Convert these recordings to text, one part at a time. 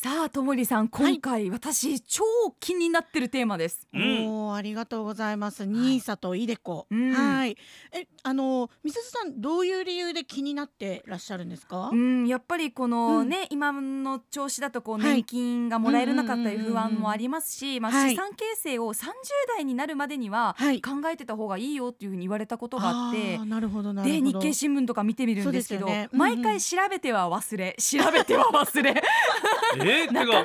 さあともりさんはい今回私超気になってるテーマですうんおーありがとうございます。ニーサとイデコ。うんはい。え、あの美鈴さんどういう理由で気になってらっしゃるんですかう？んやっぱりこのうんね、今の調子だとこうはい年金がもらえるなかったりうんうんうんうん不安もありますし、まあ、はい資産形成を30代になるまでにははい。考えてた方がいいよっていうふうに言われたことがあってーなるほどなるでほ日ど。経新聞とか見てみるんですけどそうですよねうんう毎ん回調べては忘 れ調べては忘れなかえー、てなか難か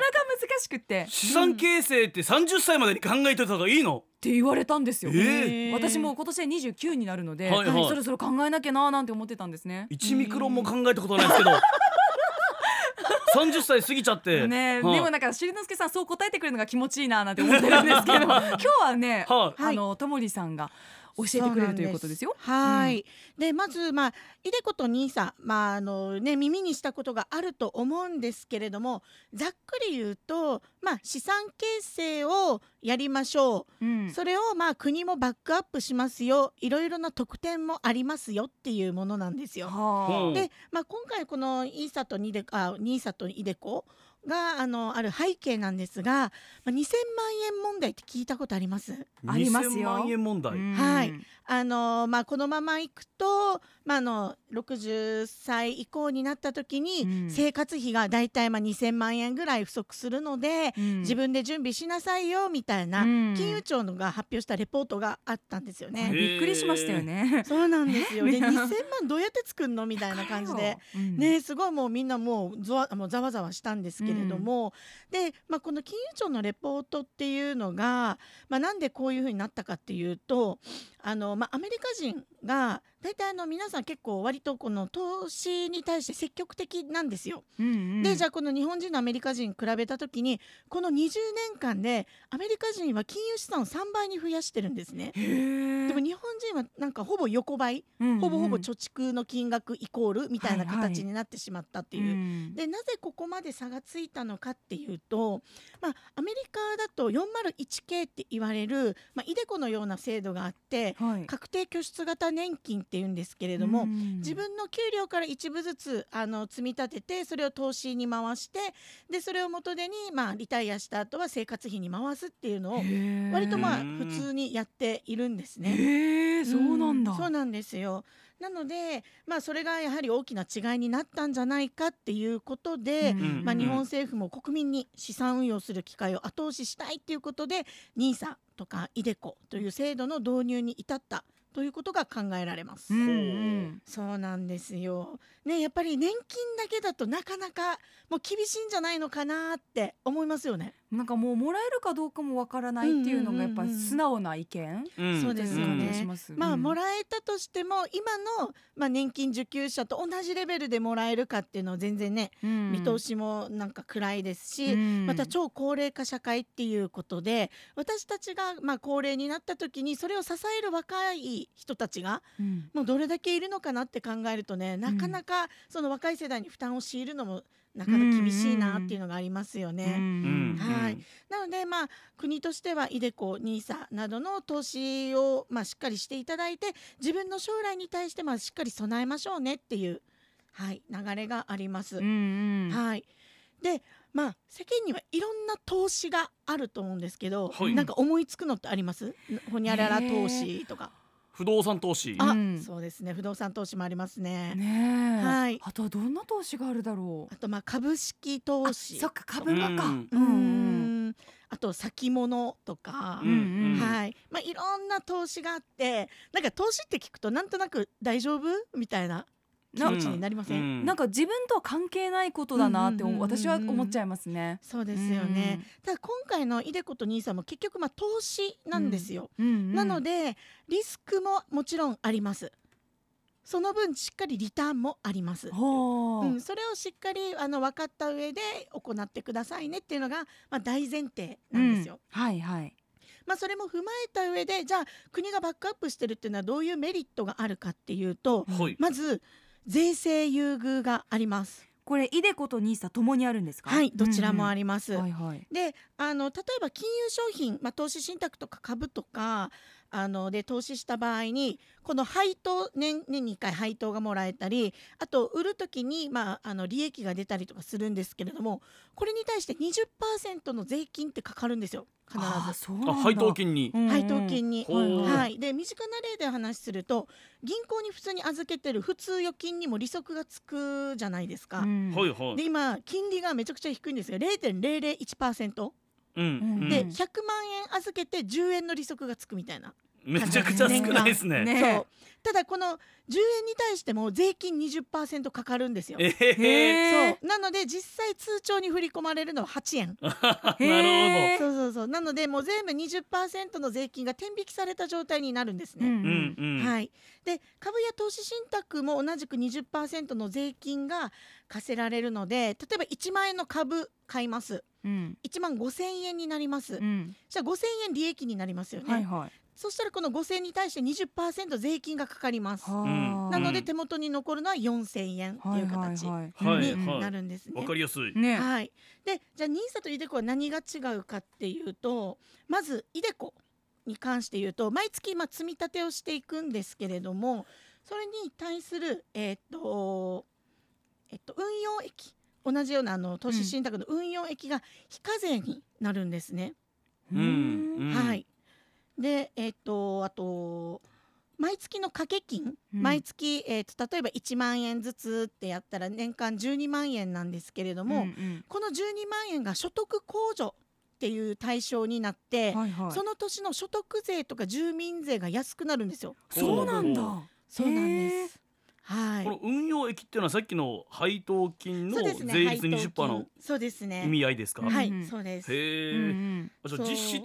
しくってっ資産形成って30歳までに考えてた方がいいの、て言われたんですよ。えへー私もう今年で29になるので、はいはいそろそろ考えなきゃなーなんて思ってたんですね。 1ミクロンも考えたことないですけど30歳過ぎちゃってね、はいでもなんかしりのすけさんそう答えてくれるのが気持ちいいなーなんて思ってるんですけど 今日はね、はいあのともりさんが教えてくれるということですよ。そうなんですはい。でまずまあイデコとニーサ、まああのね耳にしたことがあると思うんですけれども、ざっくり言うとまあ資産形成をやりましょう。うんそれをまあ国もバックアップしますよいろいろな特典もありますよっていうものなんですよ。はうんで、まあ、今回このイーサとニデあニーサとイデコがあのある背景なんですが、まあ、2000万円問題って聞いたことありますありますよ2000万円問あ題、うんはいあの、まあ、このままいくと、まあ、あの60歳以降になった時うにん生活費がだいたいまあ2000万円ぐらい不足するので、うん自分で準備しなさいよみたいなうん金融庁のが発表したレポートがあったんですよねね。びっくりしましたよね。そうなんですよ。ねで、2000万どうやって作るのみたいな感じで。うん。ね、すごいもうみんなもうざわもうざわざわしたんですけれども、で、まあ、この金融庁のレポートっていうのが、まあ、なんでこういうふうになったかっていうとあの、まあ、アメリカ人が大体あの皆さん結構割とこの投資に対して積極的なんですよ。でじゃゃあこの日本人のアメリカ人比べた時にこの20年間でアメリカ人は金融資産を3倍に増やしてるんですね。でも日本人はなんかほぼ横ばい、ほぼほぼ貯蓄の金額イコールみたいはないはい形になってしまったってていう。うでなぜここまで差がついたのかっていうと、まあ、アメリカだと 401k って言われる、まあ、イデコのような制度があってんはい確定拠出型年金っていうんですけれども、うん自分の給料から一部ずつあの積み立ててそれを投資に回してでそれを元手に、まあ、リタイアした後は生活費に回すっていうのをへー割とまあうん普通にやっているんですね。へえそうなんだ。そうなんですよなので、まあ、それがやはり大きな違いになったんじゃないかっていうことで、うんまあ、うん日本政府も国民に資産運用する機会を後押ししたいということで NISA とか iDeCo という制度の導入に至ったということが考えられます。うんうんそうなんですよ。ね、やっぱり年金だけだとなかなかもう厳しいんじゃないのかなって思いますよね。なんかもうもらえるかどうかもわからないっていうのがやっぱ素直な意見うんそうですよねという感じがしすまあもえらえたとしても今の、まあ、年金受給者と同じレベルでもらえるかっていうのは全然ね見通しもなんか暗いですし、また超高齢化社会っていうことで私たちがまあ高齢になった時にそれを支える若い人たちがもうどれだけいるのかなって考えるとねなかなかその若い世代に負担を強いるのもなかなか厳しいなっていうのがありますよね。うんはいなので、まあ、国としてはイデコ、ニーサなどの投資を、まあ、しっかりしていただいて自分の将来に対して、まあ、しっかり備えましょうねっていう、はい、流れがあります。はいでまあ、世間にはいろんな投資があると思うんですけど、はいなんか思いつくのってありますほにゃらら投資とか、不動産投資ーあ、うんそうですね不動産投資もありますねねえはいあとはどんな投資があるだろうあとまあ株式投あ資そっか株もかうんうーんあと先物とか、うんうんはい、まあ、いろんな投資があって、なんか投資って聞くと、なんとなく大丈夫みたいな気な持ちになりません。うんなんか自分とは関係ないことだなってうんうんうんうん私は思っちゃいますねそうですよね。ただ、今回のイデコと兄さんも結局、まあ、投資なんですよ。ななので、リスクももちろんあります。その分、しっかりリターンもあります。ほう、うんそれをしっかりあの分かった上で行ってくださいねっていうのが、まあ、大前提なんですよ。うんはいはいまあ、それも踏まえた上でじゃあ国がバックアップしてるっていうのはどういうメリットがあるかっていうとはいまず税制優遇があります。これイデコとニーサともにあるんですかはいどちらもありります。はいはいであの例えば金融商品、まあ、投資信託とか株とかあので投資した場合にこの配当年年に1回配当がもらえたりあと売る時に、まあ、あの利益が出たりとかするんですけれどもこれに対して20%の税金ってかかるんですよ必ず。あーそうなんだあ配当金に。うんうん配当金に、ほうはい、で身近な例で話すると銀行に普通に預けてる普通預金にも利息がつくじゃないですか。うんはいはでい。今金利がめちゃくちゃ低いんですよ0.001%うんうんで、うん100万円預けて10円の利息がつくみたいな、めちゃくちゃ少ないですね。ねそうただこの10円に対しても税金20%かかるんですよえへへへ。 ーそうなので実際通帳に振り込まれるのは8円なへーるえそうそうそうなのでもう全部20%の税金が天引きされた状態になるんですね、うんほど。うんうん。はい、で株や投資信託も同じく20%の税金が課せられるので例えば1万円の株買いますうん1万5000円になります、うんそしたら5000円利益になりますよね、はいはいそしたらこの5000円に対して20%税金がかかりますはーなうんので手元に残るのは4000円っていう形はいははいいになるんですね、わかりやすい。ねはい、でじゃあ NISA とイデコは何が違うかっていうとまずイデコに関して言うと毎月まあ積み立てをしていくんですけれどもそれに対する、えーっとえっと、運用益同じようなあの投資信託の運用益が非課税になるんですね。うんうん。はい。で、えっ、と、あと。毎月の掛け金、うん毎月、えっ、と、例えば1万円ずつってやったら、年間12万円なんですけれども。うんこの12万円が所得控除っていう対象になって、うんはいはいその年の所得税とか住民税が安くなるんですよ。そうなんだこそうなんです。はい。の運用益っていうのはさっきの配当金のそう税ですね率配当金20%のそうですね。意味合いですか。はへい、うんうんそうでうす。んうえ。んあじゃあそう実質、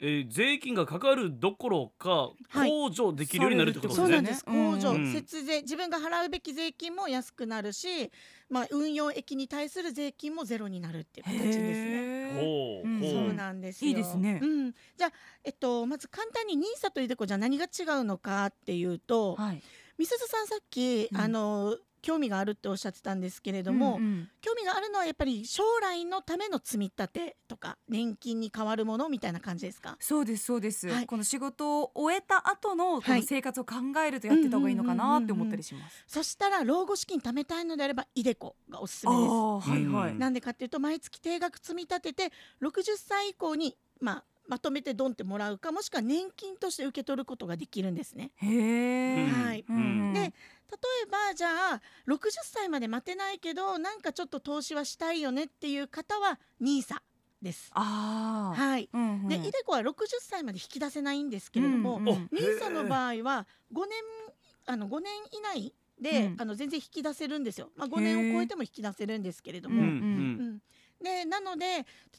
えー、税金がかかるどころかはい控除できるようになるってことそでうなすね。んです。うん控除、うん節税、自分が払うべき税金も安くなるし、まあ運用益に対する税金もゼロになるっていう形ですね。へーほうんうほう。そうなんですよ。いいですねうん。じゃあえっとまず簡単にニーサとイデコじゃあ何が違うのかっていうと、はいみすずさんさっき、うんあの興味があるっておっしゃってたんですけれども、うんうん興味があるのはやっぱり将来のための積み立てとか年金に変わるものみたいな感じですか。そうですそうです、はいこの仕事を終えた後のこはのい生活を考えるとやってた方がいいのかなって思ったりします、そしたら老後資金貯めたいのであればイデコがおすすめあです。あはいはい、うんなんでかっていうと毎月定額積み立てて60歳以降に、まあ、まとめてドンってもらうかもしくは年金として受け取ることができるんですね。へえ、はいうんうんで例えばじゃあ60歳まで待てないけどなんかちょっと投資はしたいよねっていう方は NISA です。ああ、はい、うんうんでイデコは60歳まで引き出せないんですけれども、うんうん NISA の場合は5年あの5年以内で、うんあの全然引き出せるんですよ。まあ、5へ年ーを超えても引き出せるんですけれどうんも、ううんんでなので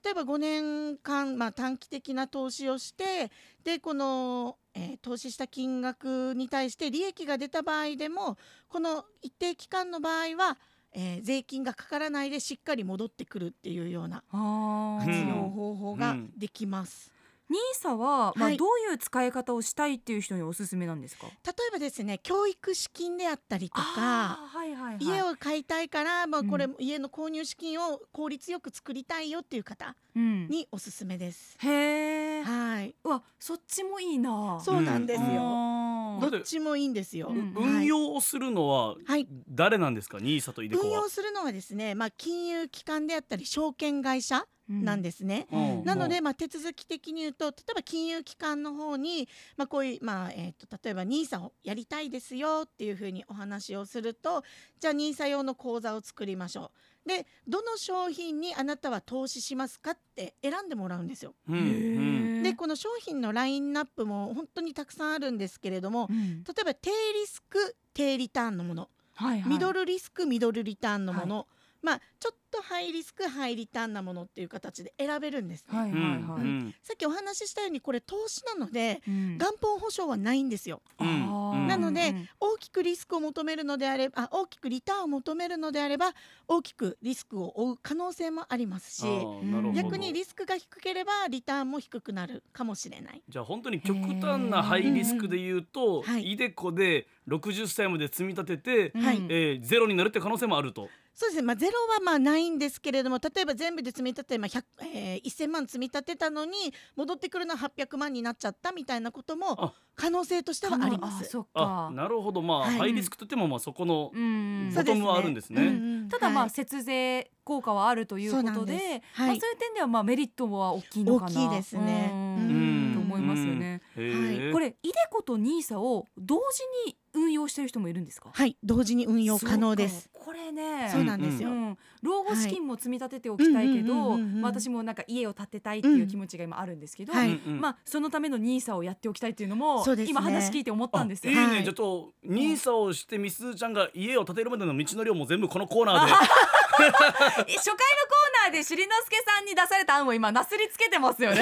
例えば5年間、まあ、短期的な投資をしてでこの、えー投資した金額に対して利益が出た場合でもこの一定期間の場合は、えー税金がかからないでしっかり戻ってくるっていうようなああ活用方法ができます。ニーサは、まはあ、いどういう使い方をしたいっていう人におすすめなんですか。例えばですね教育資金であったりとかあーはいはいはい。家を買いたいから、まあ、これ、う家の購入資金を効率よく作りたいよっていう方うん、におすすめです。へえ。はい、うわ、そっちもいいな。そうなんですよ。あーだっどっちもいいんですよ。うんはい運用をするのははい誰なんですか、ニーサとイデコ運は用。するのはですね、まあ、金融機関であったり証券会社なんですね。うんなので、まあ、手続き的に言うと例えば金融機関の方に、まあ、こういう、まあえー、と例えば NISA をやりたいですよっていうふうにお話をするとじゃあ NISA 用の口座を作りましょう。でどの商品にあなたは投資しますかって選んでもらうんですよ。うんう。うんんへーでこの商品のラインナップも本当にたくさんあるんですけれどもうん例えば低リスク低リターンのものはいはい。ミドルリスクミドルリターンのもの、まあちょっとハイリスクハイリターンなものっていう形で選べるんですね、はいはういんはうい。んさっきお話ししたようにこれ投資なのでうん元本保証はないんですよあうーんなのでうん大きくリスクを求めるのであればあ大きくリターンを求めるのであれば大きくリスクを負う可能性もありますしあーなるほど逆にリスクが低ければリターンも低くなるかもしれないじゃあ本当に極端なハイリスクで言うと、うんはいイデコで60歳まで積み立てて、うんはいえーゼロになるって可能性もあると。そうですね、まあ、ゼロはまあないんですけれども例えば全部で積み立て、まあ100えー、1000万積み立てたのに戻ってくるのは800万になっちゃったみたいなこともあ可能性としてはありまあす。そっあか。なるほどまあ、はいハイリスクといってもまあそこのうんボトムはあるんですねそううんうんただまあはい節税効果はあるというそうこなとんで、ですまはあいそういう点ではまあメリットは大きいのかな。大きいですねうんうんと思いますよね。うんへーこれイデコとニーサを同時に運用してる人もいるんですか。はい、同時に運用可能です。そうか。これね。そうなんですよ。うん、老後資金も積み立てておきたいけど、はいうんうんうんうんうんまあ私もなんか家を建てたいっていう気持ちが今あるんですけど、うんはいうんうんまあそのためのニーサをやっておきたいっていうのもそうですね今話聞いて思ったんですよ。あいいね、はいちょっとニーサをしてみすずちゃんが家を建てるまでの道のりをもう全部このコーナーでえ初回のコーナーでしりのすけさんに出された案を今なすりつけてますよ ね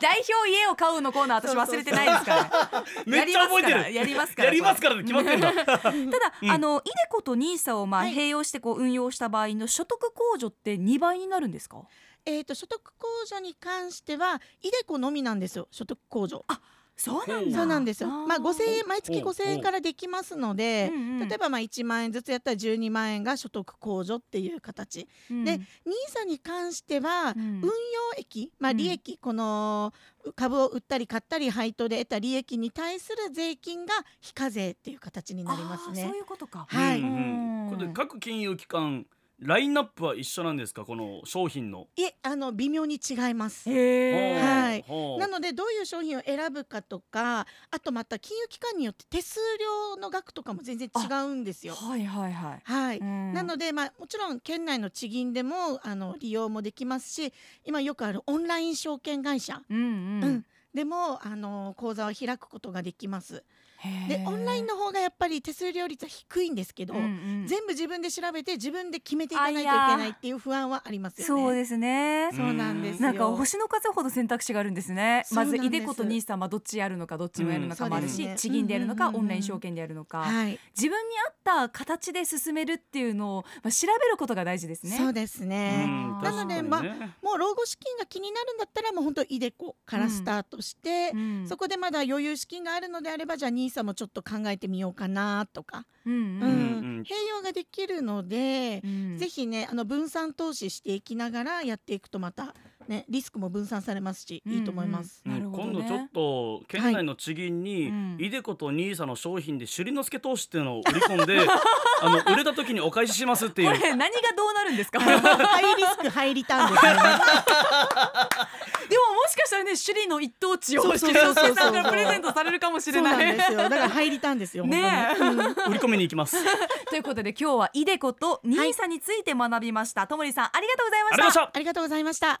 代表家を買うのコーナー私忘れてないですから めっちゃ覚えてるやりますからやりますかからって決まってんだらただ、うんあのイデコとニーサをまあはい併用してこう運用した場合の所得控除って2倍になるんですかえっ、と所得控除に関してはイデコのみなんですよ。所得控除。そうななんんだだそうなんですよ。まあ5000円毎月おう5000円からできますので、うんうん例えばまあ1万円ずつやったら12万円が所得控除っていう形。円でニーサに関しては、運用益、まあ、うん利益、この株を売ったり買ったり配当で得た利益に対する税金が非課税っていう形になりますねそう。いうことかはいうんうんこれで各金融機関ラインナップは一緒なんですかこの商品のいえあの微妙に違います。へーはいほうなのでどういう商品を選ぶかとかあとまた金融機関によって手数料の額とかも全然違うんですよ。はいはいはいはい、ななので、まあ、もちろん県内の地銀でもあの利用もできますし今よくあるオンライン証券会社、うんうん、うんでもあの口座を開くことができます。へでーオンラインの方がやっぱり手数料率は低いんですけど、うんうん全部自分で調べて自分で決めていかないといけあいやーないっていう不安はありますよね。そうですねそうなんですよ。なんか星の数ほど選択肢があるんですね。そうまなんずですイデコとニーサまあどっちやるのかどっちもやるのかもあるうんし、そうですね地銀でやるのか、うんうんうんうんオンライン証券でやるのか、はい、自分に合った形で進めるっていうのをまあ調べることが大事ですね。そうですうね。なん確かのにねでまもう老後資金が気になるんだったらもう本当イデコからスタートして、うんそこでまだ余裕資金があるのであればじゃあニーサもちょっと考えてみようかなとか、うんううんんうん併用ができるので、うんぜひねあの分散投資していきながらやっていくとまた、ね、リスクも分散されますし、いいと思い ます。うんうんなるほ今ど度ねちょっと県内の地銀に、うんイデコとニーサの商品で首里之助投資っていうのを売り込ん であの売れた時にお返ししますっていこうれ何がどうなるんです か。でももハイリスクハイリターンで すよね。しかしたらね、首里の一等地をそうそうそうそう吉野 さんからプレゼントされるかもしそれうな。ないんですよ。だから入りたんですよ。ねえ本当にうん売り込みに行きますありがと うということで今日はイデコとニーサについて学びました。ともりさんありがとうございまごしざいたまし。たありがとうございました。